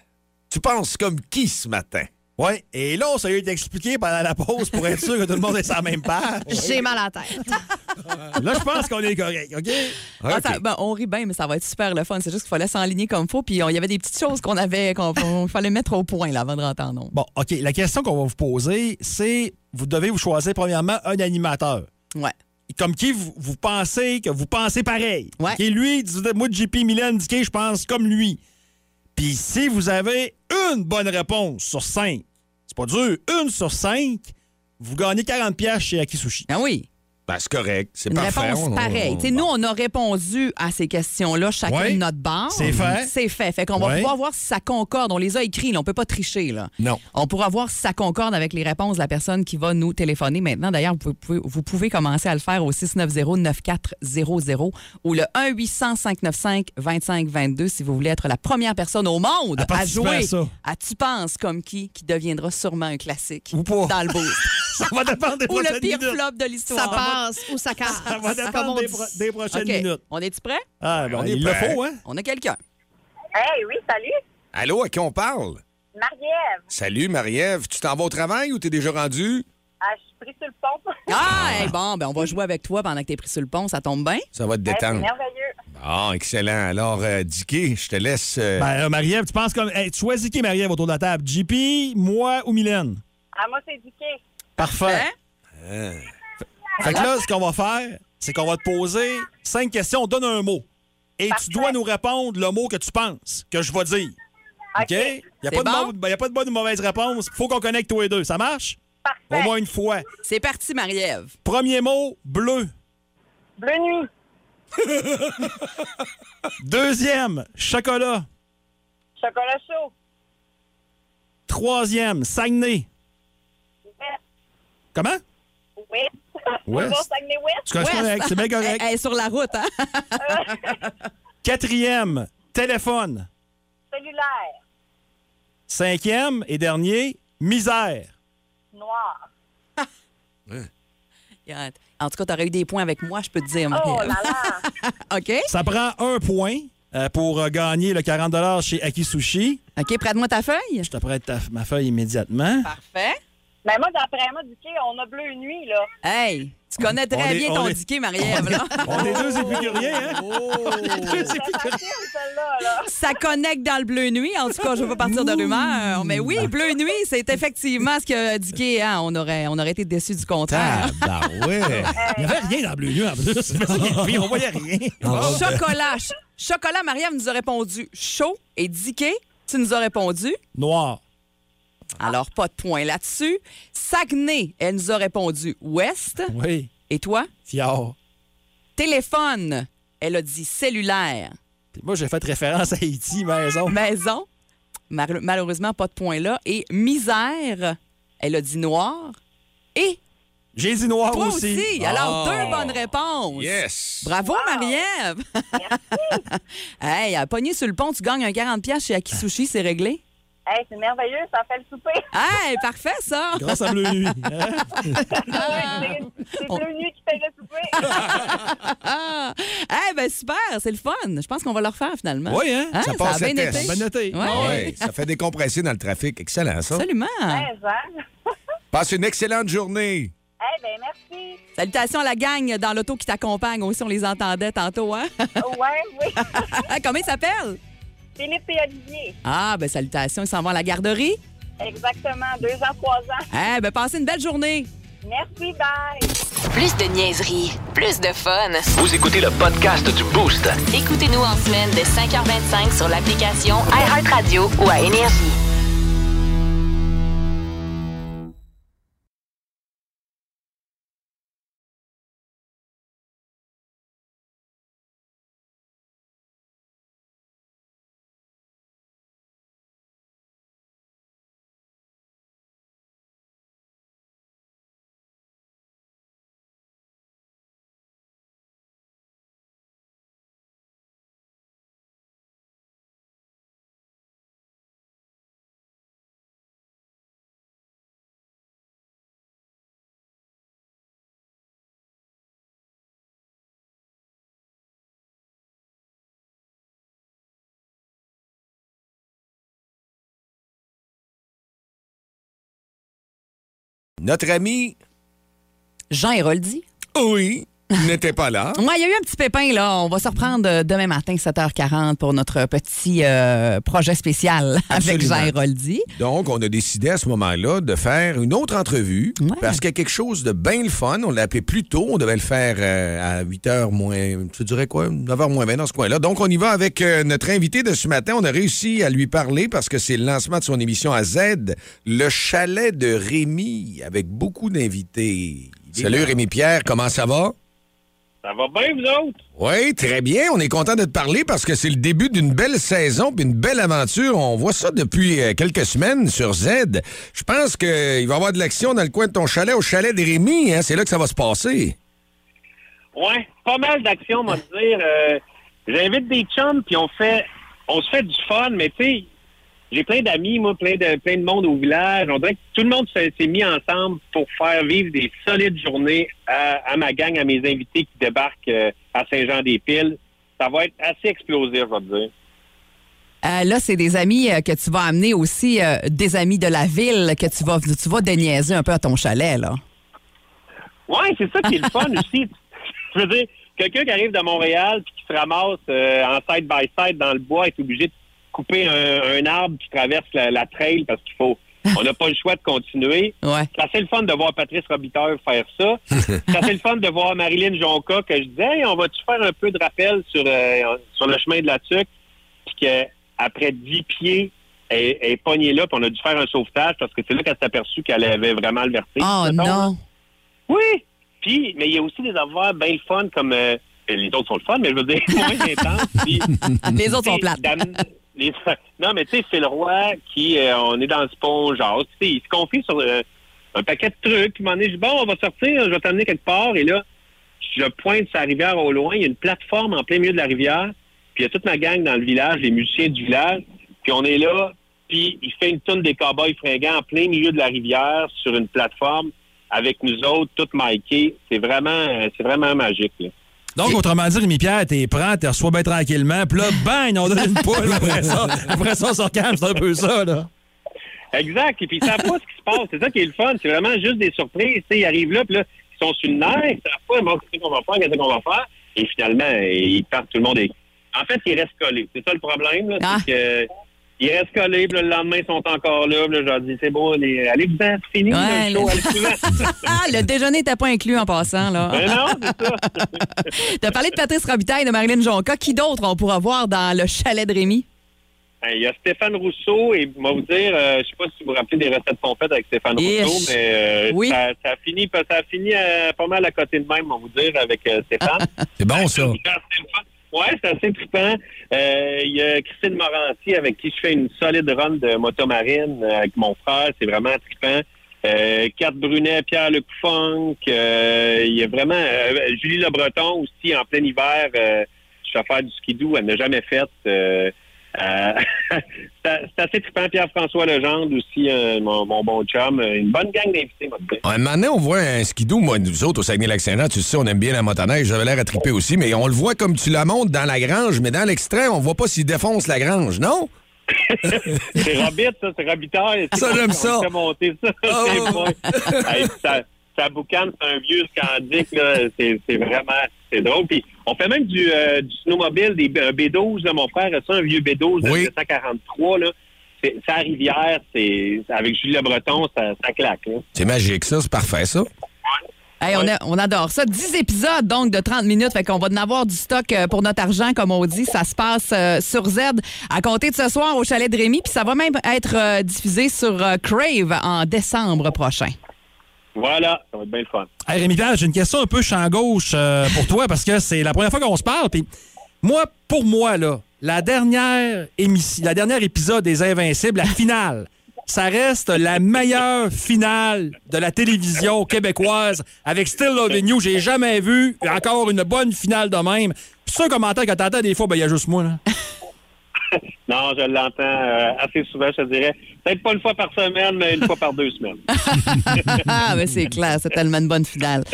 Tu penses comme qui ce matin? Ouais. Et là, on s'est eu d'expliquer pendant la pause pour être sûr que tout le monde est sur la même page. J'ai mal à la tête. Là, je pense qu'on est correct, OK? Ah, OK. ça- ben, on rit bien, mais ça va être super le fun. C'est juste qu'il fallait s'enligner comme faut. Puis on- il y avait des petites choses qu'on avait, qu'on qu'on- fallait mettre au point là, avant de rentrer en nombre. Bon, OK. La question qu'on va vous poser, c'est vous devez vous choisir premièrement un animateur. Ouais. Comme qui vous, vous pensez que vous pensez pareil. Ouais. Et lui, dit- moi, JP Milan, Dicky, je pense comme lui. Puis si vous avez une bonne réponse sur cinq, c'est pas dur, une sur cinq, vous gagnez 40$ piastres chez Akisushi. Ah oui. Ben, c'est correct. C'est Une parfait. réponse on- on- pareille. Tu sais, Nous, on a répondu à ces questions-là, chacun Ouais. de notre bord. C'est fait. C'est fait. Fait qu'on va Ouais. pouvoir voir si ça concorde. On les a écrits, là. on peut pas tricher. Là. Non. On pourra voir si ça concorde avec les réponses de la personne qui va nous téléphoner maintenant. D'ailleurs, vous pouvez, vous pouvez commencer à le faire au 690-9400 ou le 1-800-595-2522 si vous voulez être la première personne au monde À à, participer jouer à ça. à Tu penses comme qui, qui deviendra sûrement un classique Ou pas. dans le boost. Ça va dépendre des Ou le prochaines pire minutes. flop de l'histoire. Ça passe ou ça casse. Ça va dépendre comme on des dit. pro- des prochaines OK. minutes. On est-tu prêt? Ah, ben, il le faut, hein? On a quelqu'un. Hey, oui, salut. Allô, à qui on parle? Marie-Ève, Salut, Marie-Ève. Tu t'en vas au travail ou t'es déjà rendu? Ah, je suis prise sur le pont. Ah, hey, bon, ben on va jouer avec toi pendant que t'es pris sur le pont, ça tombe bien. Ça va te Hey, c'est détendre. merveilleux. Ah, excellent. Alors, euh, Dicky, je te laisse. euh, Ben, euh, Marie-Ève, tu penses comme. Hey, tu choisis qui, Marie-Ève, autour de la table? JP, moi ou Mylène? Ah, moi, c'est Dicky. Parfait. hein. Fait que là, ce qu'on va faire, c'est qu'on va te poser cinq questions. On donne un mot. Et tu dois nous répondre le mot que tu penses que je vais dire. OK? Il n'y a, C'est pas de bon? mo- ben, y a pas de bonne ou mauvaise réponse. faut qu'on connecte tous les deux. Ça marche? Au moins une fois. C'est parti, Marie-Ève. Premier mot, bleu. Bleu nuit. Deuxième, chocolat. Chocolat chaud. Troisième, Saguenay. Comment? Oui. Ouest. Bonjour, Saguenay-Ouest. C'est correct, c'est bien correct. Elle est sur la route, hein? Quatrième, téléphone. Cellulaire. Cinquième et dernier, misère. Noir. En tout cas, t'aurais eu des points avec moi, je peux te dire, Oh Marie-Ève. là là. OK? Ça prend un point euh, pour euh, gagner le 40 chez Akisushi. OK, prête-moi ta feuille. Je te prête ta- ma feuille immédiatement. Parfait. Mais Ben, moi, d'après moi, Dicky, on a bleu nuit, là. Hey, tu connais On très est- bien on ton est- diquet, Marie-Ève, là. On est deux épicuriens, hein? Ça s'affirme, celle-là, là. Ça connecte dans le bleu nuit. En tout cas, je veux pas partir de rumeur. Mais oui, bleu nuit, c'est effectivement ce que Dicky, hein, on, aurait, on aurait été déçus du contraire. Ah, bah Tabarouet. Il n'y avait rien dans le bleu nuit, en plus. Ah. Puis on voyait rien. Chocolat. Ch- Chocolat, Marie-Ève nous a répondu chaud et Dicky, tu nous as répondu Noir. Alors, pas de point là-dessus. Saguenay, elle nous a répondu ouest. Oui. Et toi? Fior. Téléphone, elle a dit cellulaire. Puis moi, j'ai fait référence à Haïti, maison. Maison, mar- malheureusement, pas de point là. Et misère, elle a dit noir. Et J'ai dit noir toi aussi. aussi. Alors, Oh. deux bonnes réponses. Yes. Bravo, Marie-Ève! hey, à pogner sur le pont, tu gagnes un 40$ piastres chez Akisushi, c'est réglé? Hey, c'est merveilleux, ça fait le souper. Hey, parfait, ça! Grâce à bleu nuit. hein? Ouais, c'est- c'est bleu nuit qui fait le souper. Ah! Eh ben super, c'est le fun. Je pense qu'on va le refaire finalement. Oui, hein? Hein, Ça passe a le bien test. été. Bonne notée. Ouais. Ouais, ça fait décompresser dans le trafic. Excellent, ça. Absolument. Mais, hein? Passe une excellente journée. Eh ben merci. Salutations à la gang dans l'auto qui t'accompagne aussi, on les entendait tantôt. Hein? Ouais, oui. Comment ils s'appellent? Philippe et Olivier. Ah, ben salutations, ils s'en vont à la garderie. Exactement, deux ans, trois ans. Eh ben passez une belle journée. Merci, bye. Plus de niaiserie, plus de fun. Vous écoutez le podcast du Boost. Écoutez-nous en semaine de 5h25 sur l'application iHeartRadio ou à Énergie. Notre ami, Jean Héroldi. oui, n'était pas là. Ouais, il y a eu un petit pépin, là. On va se reprendre euh, demain matin, 7h40, pour notre petit euh, projet spécial avec Absolument. Jean Héroldi. Donc, on a décidé à ce moment-là de faire une autre entrevue Ouais. parce qu'il y a quelque chose de bien le fun. On l'a appelé plus tôt. On devait le faire euh, à 8h moins, tu dirais quoi, 9h moins 20 dans ce coin-là. Donc, on y va avec euh, notre invité de ce matin. On a réussi à lui parler parce que c'est le lancement de son émission à Z, le chalet de Rémi, avec beaucoup d'invités. Salut Rémi-Pierre, comment ça va? Ça va bien, vous autres? Oui, très bien. On est content de te parler parce que c'est le début d'une belle saison puis une belle aventure. On voit ça depuis euh, quelques semaines sur Z. Je pense qu'il va y avoir de l'action dans le coin de ton chalet, au chalet de Rémi. hein. C'est là que ça va se passer. Ouais, pas mal d'actions, moi, te dire. Euh, J'invite des chums, puis on fait, on se fait du fun, mais tu sais, j'ai plein d'amis, moi, plein de, plein de monde au village. On dirait que tout le monde s'est s'est mis ensemble pour faire vivre des solides journées à, à ma gang, à mes invités qui débarquent euh, à Saint-Jean-des-Piles. Ça va être assez explosif, je vais te dire. Euh, là, c'est des amis euh, que tu vas amener aussi, euh, des amis de la ville que tu vas, tu vas déniaiser un peu à ton chalet, là. Ouais, c'est ça qui est le fun aussi. Je veux dire, quelqu'un qui arrive de Montréal puis qui se ramasse euh, en side by side dans le bois est obligé de couper un, un arbre qui traverse la, la trail parce qu'il faut. On n'a pas le choix de continuer. C'est assez le fun de voir Patrice Robiteur faire ça. C'est assez le fun de voir Marilyn Jonca que je disais, Hey, on va-tu faire un peu de rappel sur, euh, sur le chemin de la tuque? Puis que après 10 pieds, elle, elle est pognée là, puis on a dû faire un sauvetage parce que c'est là qu'elle s'est aperçue qu'elle avait vraiment le vertige. Oh mettons, là. non! Oui. Puis, mais il y a aussi des affaires bien le fun comme euh, les autres sont le fun, mais je veux dire moins intenses. Puis, Les autres sont tu sais, plates. d'am- les- non, mais tu sais, c'est le roi qui, euh, on est dans le sponge, genre, tu sais, il se confie sur euh, un paquet de trucs. Puis, à un moment donné, je dis, bon, on va sortir, je vais t'amener quelque part. Et là, je pointe sa rivière au loin. Il y a une plateforme en plein milieu de la rivière. Puis, il y a toute ma gang dans le village, les musiciens du village. Puis, on est là. Puis, il fait une tonne des cowboys fringants en plein milieu de la rivière sur une plateforme avec nous autres, tout Mikey. C'est vraiment, euh, c'est vraiment magique. là. Donc, autrement dit, Rémi-Pierre, t'es prêt, t'es reçois bien tranquillement, puis là, bang, on donne une poule après ça. Après ça, on sort calme, c'est un peu ça, là. Exact. Et puis, ils savent pas ce qui se passe. C'est ça qui est le fun. C'est vraiment juste des surprises. Tu sais, ils arrivent là, puis là, ils sont sur une nerf. Ils savent pas, bon, qu'est-ce qu'on va faire, qu'est-ce qu'on va faire. Et finalement, ils partent, tout le monde est... En fait, ils restent collés. C'est ça le problème, là. Ah. C'est que... euh, Ils restent collés, puis là, le lendemain, ils sont encore là. Puis là, je leur dis, c'est bon, allez, allez-vous, c'est fini. là, Ouais, le show, allez, Ah, le... le déjeuner n'était pas inclus en passant, là. Ben non, Tu as parlé de Patrice Robitaille et de Marilyn Jonca. Qui d'autre on pourra voir dans le chalet de Rémi? Hey, Il y a Stéphane Rousseau et moi vous dire, euh, je sais pas si vous vous rappelez des recettes pompettes avec Stéphane Yes. Rousseau, mais euh, Oui. ça, ça a fini, ça a fini euh, pas mal à côté de même, on vous dire, avec euh, Stéphane. C'est bon, ça. ouais, c'est assez trippant. Euh, Il y a Christine Moranti avec qui je fais une solide run de motomarine euh, avec mon frère, c'est vraiment trippant. Euh, Kat Brunet, Pierre Le Funk, euh, il y a vraiment euh, Julie Le Breton aussi en plein hiver. euh, je vais faire du skidoo, elle n'a jamais fait. euh, euh, c'est c'est assez trippant. Pierre-François Legendre aussi, euh, mon, mon bon chum. euh, Une bonne gang d'invités, moi, je dis. Un moment donné, on voit un skidoo, moi, nous autres, au Saguenay-Lac-Saint-Jean, tu sais, on aime bien la motoneige, j'avais l'air à triper aussi, mais on le voit comme tu la montes dans la grange, mais dans l'extrait, on voit pas s'il défonce la grange, non? C'est Robit, ça, c'est Robitaille. Ça, C'est- j'aime on ça. Ah fait monter ça. C'est bon. Hey, ça, ça boucane, c'est un vieux scandique, là. C'est c'est vraiment, c'est drôle. Puis on fait même du, euh, du snowmobile, des, un B12, là, mon frère a ça, un vieux B12 de 1943, là. C'est c'est à Rivière, c'est avec Julie Le Breton, ça, ça claque, là. C'est magique, ça, c'est parfait, ça. Hey, on, a- on adore ça. 10 épisodes, donc, de 30 minutes. Fait qu'on va en avoir du stock euh, pour notre argent, comme on dit. Ça se passe euh, sur Z à compter de ce soir au chalet de Rémi. Puis ça va même être euh, diffusé sur euh, Crave en décembre prochain. Voilà, ça va être bien le fun. Hey, Rémi Pierre, j'ai une question un peu champ gauche euh, pour toi parce que c'est la première fois qu'on se parle. Puis moi, pour moi, là, la dernière émission, la dernière épisode des Invincibles, la finale, ça reste la meilleure finale de la télévision québécoise avec Still Loving You. J'ai jamais vu encore une bonne finale de même. Puis ça, commentaire que t'entends des fois, ben il y a juste moi. Là. Non, je l'entends euh, assez souvent, je te dirais. Peut-être pas une fois par semaine, mais une fois par deux semaines. ah, mais c'est clair, c'est tellement une bonne finale.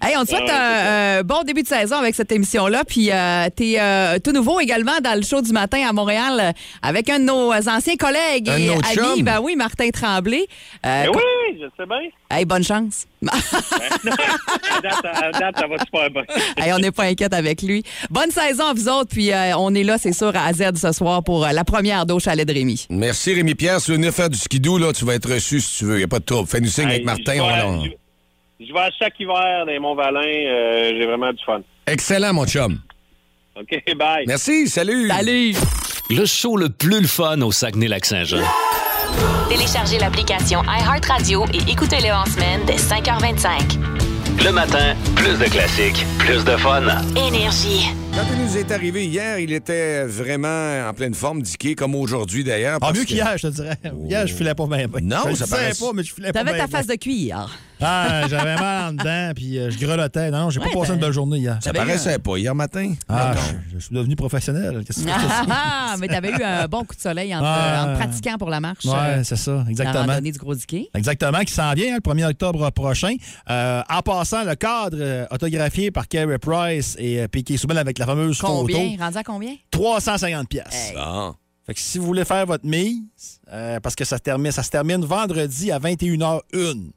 Hey, on te Ah souhaite un, un bon début de saison avec cette émission-là. Puis euh, t'es euh, tout nouveau également dans le show du matin à Montréal euh, avec un de nos anciens collègues Un de et nos amis. chums. Ben oui, Martin Tremblay. Euh, Mais co- Ben oui, je sais bien. Hey, bonne chance. À date, à date, ça va super bien. Hey, on n'est pas inquiète avec lui. Bonne saison à vous autres. Puis euh, on est là, c'est sûr, à Z ce soir pour euh, la première d'eau chalet de Rémi. Merci, Rémi-Pierre. Si tu veux venir faire du skidoo, là, tu vas être reçu si tu veux. Il a pas de trouble. Fais-nous signe avec Martin. je on vais- l'en- Je vais à chaque hiver dans Mont-Valin. J'ai vraiment du fun. Excellent, mon chum. OK, bye. Merci, salut. Salut. Le show le plus le fun au Saguenay-Lac-Saint-Jean. Téléchargez l'application iHeartRadio et écoutez-le en semaine dès 5h25. Le matin, plus de classiques, plus de fun. Énergie. Quand il nous est arrivé hier, il était vraiment en pleine forme, Dicky, comme aujourd'hui d'ailleurs. Ah, parce mieux que- qu'hier, je te dirais. Hier, je filais pas bien. bien. Non, je le ça disais paraît- pas, mais je filais pas T'avais bien ta face de cuir. bien. Ah, j'avais mal en dedans, puis euh, je grelottais. Non, non, j'ai Ouais, pas passé ben, une belle journée hier. Ça paraissait pas hier matin. Ah, je, je suis devenu professionnel. Qu'est-ce que c'est que ça? Ah, mais t'avais eu un bon coup de soleil en, te- Ah. en te pratiquant pour la marche. euh, Ouais, c'est ça, La exactement. randonnée du gros diquet. Exactement, qui s'en vient hein, le 1er octobre prochain. Euh, en passant, le cadre euh, autographié par Kerry Price et euh, Piqué Souben avec la fameuse photo. Combien? Rendu à combien? 350 pièces. Fait que si vous voulez faire votre mise, euh, parce que ça, termine, ça se termine vendredi à 21h01.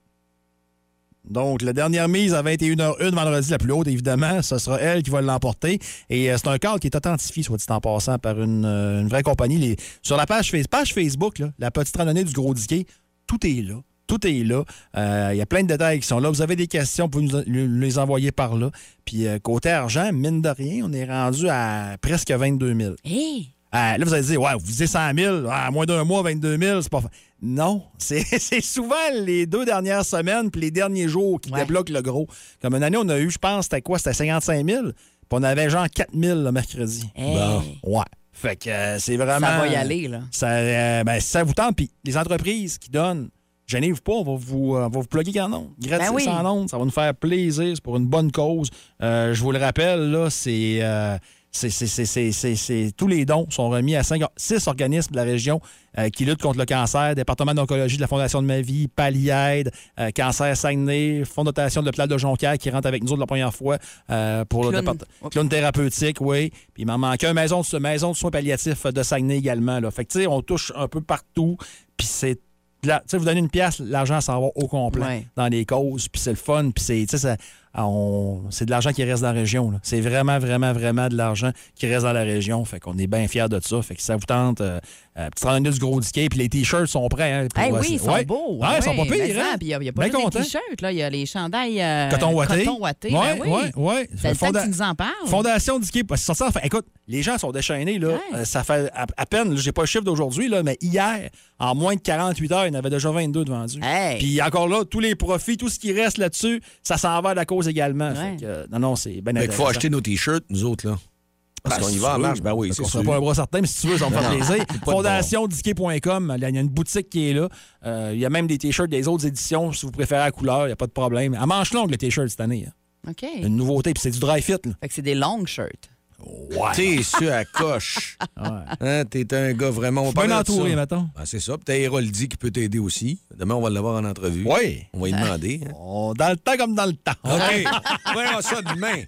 Donc, la dernière mise à 21h01 vendredi, la plus haute, évidemment, ce sera elle qui va l'emporter. Et euh, c'est un cadre qui est authentifié, soit dit en passant, par une, euh, une vraie compagnie. Les- sur la page, Face- page Facebook, là, la petite randonnée du Gros Diquet, tout est là. Tout est là. Euh, Il y a plein de détails qui sont là. Vous avez des questions, vous pouvez nous, nous les envoyer par là. Puis euh, côté argent, mine de rien, on est rendu à presque 22 000. Hey! Euh, là, vous allez dire, ouais, vous visez 100 000, ah, moins d'un mois, 22 000, c'est pas. fa- Non, c'est c'est souvent les deux dernières semaines puis les derniers jours qui débloquent le gros. Comme une année, on a eu, je pense, c'était quoi? C'était 55 000, puis on avait genre 4 000 le mercredi. Hey. Ouais. Fait que euh, c'est vraiment. Ça va y aller, là. Ça, euh, ben, si ça vous tente, puis les entreprises qui donnent, gênez-vous pas, on va vous, euh, on va vous plugger en nombre. Gratis Ben oui. en nombre, ça va nous faire plaisir, c'est pour une bonne cause. Euh, je vous le rappelle, là, c'est. euh, c'est- c'est- c'est- c'est- c'est- c'est- tous les dons sont remis à cinq- six organismes de la région euh, qui luttent contre le cancer, département d'oncologie de la Fondation de ma vie, Paliaide, euh, Cancer Saguenay, Fonds de dotation de l'hôpital de Jonquière qui rentre avec nous autres la première fois euh, pour le Clown. départ- clown thérapeutique, oui. Puis il m'en manque un, maison de, maison de soins palliatifs euh, de Saguenay également. Là. Fait que, tu sais, on touche un peu partout. Puis c'est. de la- Tu sais, vous donnez une pièce, l'argent s'en va au complet Ouais. dans les causes, puis c'est le fun, puis c'est, tu sais, ça- ah, on- c'est de l'argent qui reste dans la région. là. C'est vraiment, vraiment, vraiment de l'argent qui reste dans la région. Fait qu'on est bien fiers de ça. Fait que ça vous tente, euh, euh, petite randonnée du gros diquet, puis les t-shirts sont prêts. hein, pour- Eh oui, euh, ils sont ouais. beaux. Ouais, ils sont pas ouais, pires. mais hein? ça, Puis il y a- il y a pas Bien juste content. des t-shirts, là. Il y a les chandails euh, Coton ouaté. coton ouaté, Ouais, ben oui. ouais, ouais. C'est le temps Fonda- que tu nous en parles. Fondation du Québec. Parce que sortir, enfin, écoute, les gens sont déchaînés. Là. Euh, Ça fait à, à peine, là, j'ai pas le chiffre d'aujourd'hui, là, mais hier, en moins de 48 heures, il y en avait déjà 22 de vendus. Puis encore là, tous les profits, tout ce qui reste là-dessus, ça s'en va à la cause également. Fait que, euh, non, non, c'est bien Fait qu'il faut intéressant. acheter nos t-shirts, nous autres, là. Parce Ben, qu'on si y tu va en veux. marche, ben oui, Fait c'est qu'on sûr. sera pas un bras certain, mais si tu veux, ça va me Non. fait plaisir. Pas de bon. Fondationdisquet.com, euh, il y a une boutique qui est là. Euh, Il y a même des t-shirts des autres éditions, si vous préférez à couleur, il n'y a pas de problème. À manche longue, le t-shirt cette année. hein. OK. Une nouveauté, puis c'est du dry fit. là. Fait que c'est des longs shirts. T'es sur la coche. Hein, T'es un gars vraiment... on suis bien parlait de entouré, ça. mettons. Ben, c'est ça. Puis t'as Héroldi qui peut t'aider aussi. Demain, on va l'avoir en entrevue. Oui. On va lui demander. hein. On- dans le temps comme dans le temps. OK. Voyons ça demain.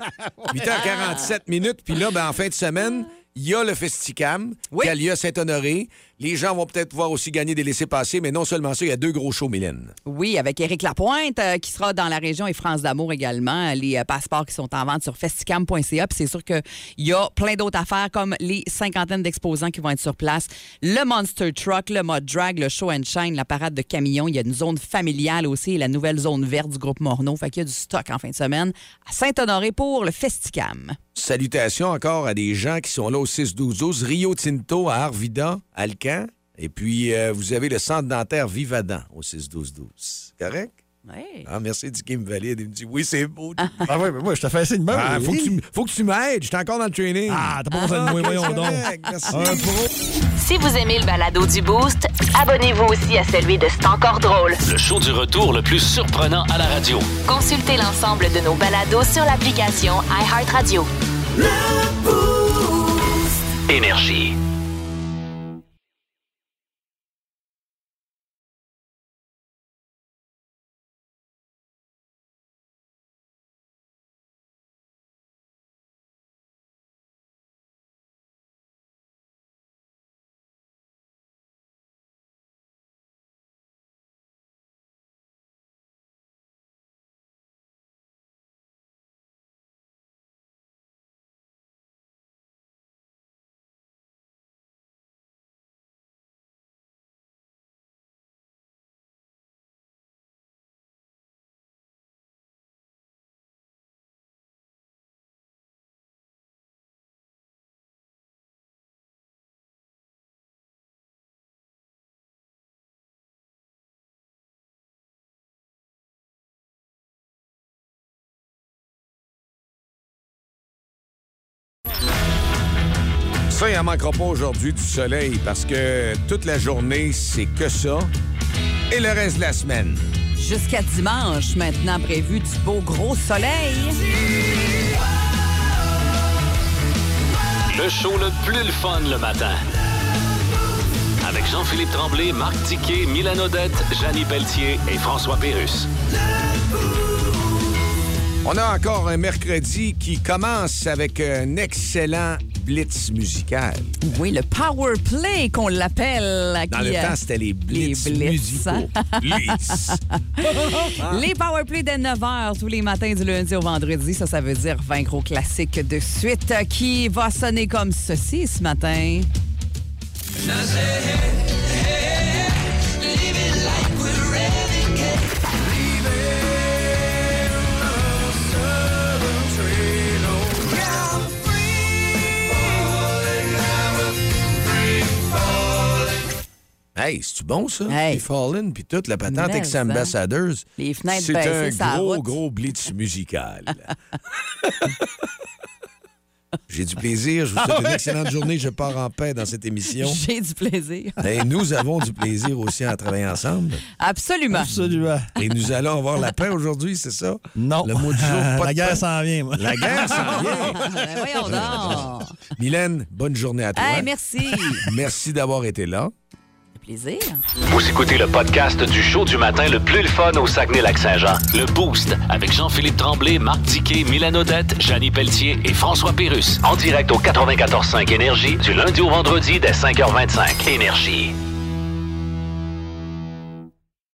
8h47 minutes. Puis là, ben, en fin de semaine, il y a le Festicam qui a lieu à Saint-Honoré. Les gens vont peut-être pouvoir aussi gagner des laissés-passer, mais non seulement ça, il y a deux gros shows, Mylène. Oui, avec Éric Lapointe euh, qui sera dans la région et France d'Amour également. Les euh, passeports qui sont en vente sur festicam.ca. Puis c'est sûr qu'il y a plein d'autres affaires comme les cinquantaines d'exposants qui vont être sur place. Le Monster Truck, le Mod Drag, le Show and Shine, la parade de camions. Il y a une zone familiale aussi et la nouvelle zone verte du groupe Morneau. Fait qu'il y a du stock en fin de semaine à Saint-Honoré pour le Festicam. Salutations encore à des gens qui sont là au 6-12-12, Rio Tinto à Arvida, Alcan. Et puis, euh, vous avez le centre dentaire Vivadan au 6-12-12. Correct? Oui. Ah, merci du game valide. Il me dit oui, c'est beau. Ah ouais, mais moi, je te fais assez de même. Ah, faut, que tu, m- faut que tu m'aides. J'étais encore dans le training. Ah, t'as pas besoin de moi, ok, voyons c'est donc. correct, merci. Un Si vous aimez le balado du Boost, abonnez-vous aussi à celui de C'est encore drôle. Le show du retour le plus surprenant à la radio. Consultez l'ensemble de nos balados sur l'application iHeartRadio. Énergie. Ça, il n'en manquera pas aujourd'hui du soleil parce que toute la journée, c'est que ça. Et le reste de la semaine. Jusqu'à dimanche, maintenant prévu du beau gros soleil. Le show le plus le fun le matin. Avec Jean-Philippe Tremblay, Marc Tiquet, Milan Odette, Janine Pelletier et François Pérus. On a encore un mercredi qui commence avec un excellent blitz musical. Oui, le power play qu'on l'appelle. à Dans qui, le euh, temps, c'était les blitz, les blitz. hein? musicaux. Blitz. les powerplay dès 9 h tous les matins du lundi au vendredi. Ça, ça veut dire 20 gros classiques de suite euh, qui va sonner comme ceci ce matin. Hey, c'est-tu bon, ça? Les Fallen, puis toute la patente Mais, ex hein. ambassadors Les fenêtres C'est un baissées, ça gros, route. gros blitz musical. J'ai du plaisir. Je vous souhaite Ah ouais. une excellente journée. Je pars en paix dans cette émission. J'ai du plaisir. Et Eh, nous avons du plaisir aussi à travailler ensemble. Absolument. Absolument. Et nous allons avoir la paix aujourd'hui, c'est ça? Non. Le mot du jour, pas La de guerre paix. s'en vient, moi. La guerre s'en vient. Ben voyons donc. Mylène, bonne journée à toi. Hey, merci. Merci d'avoir été là. plaisir. Vous écoutez le podcast du show du matin le plus le fun au Saguenay-Lac-Saint-Jean. Le Boost avec Jean-Philippe Tremblay, Marc Tiquet, Milan Odette, Janine Pelletier et François Pérus. En direct au 94.5 Énergie du lundi au vendredi dès 5h25. Énergie.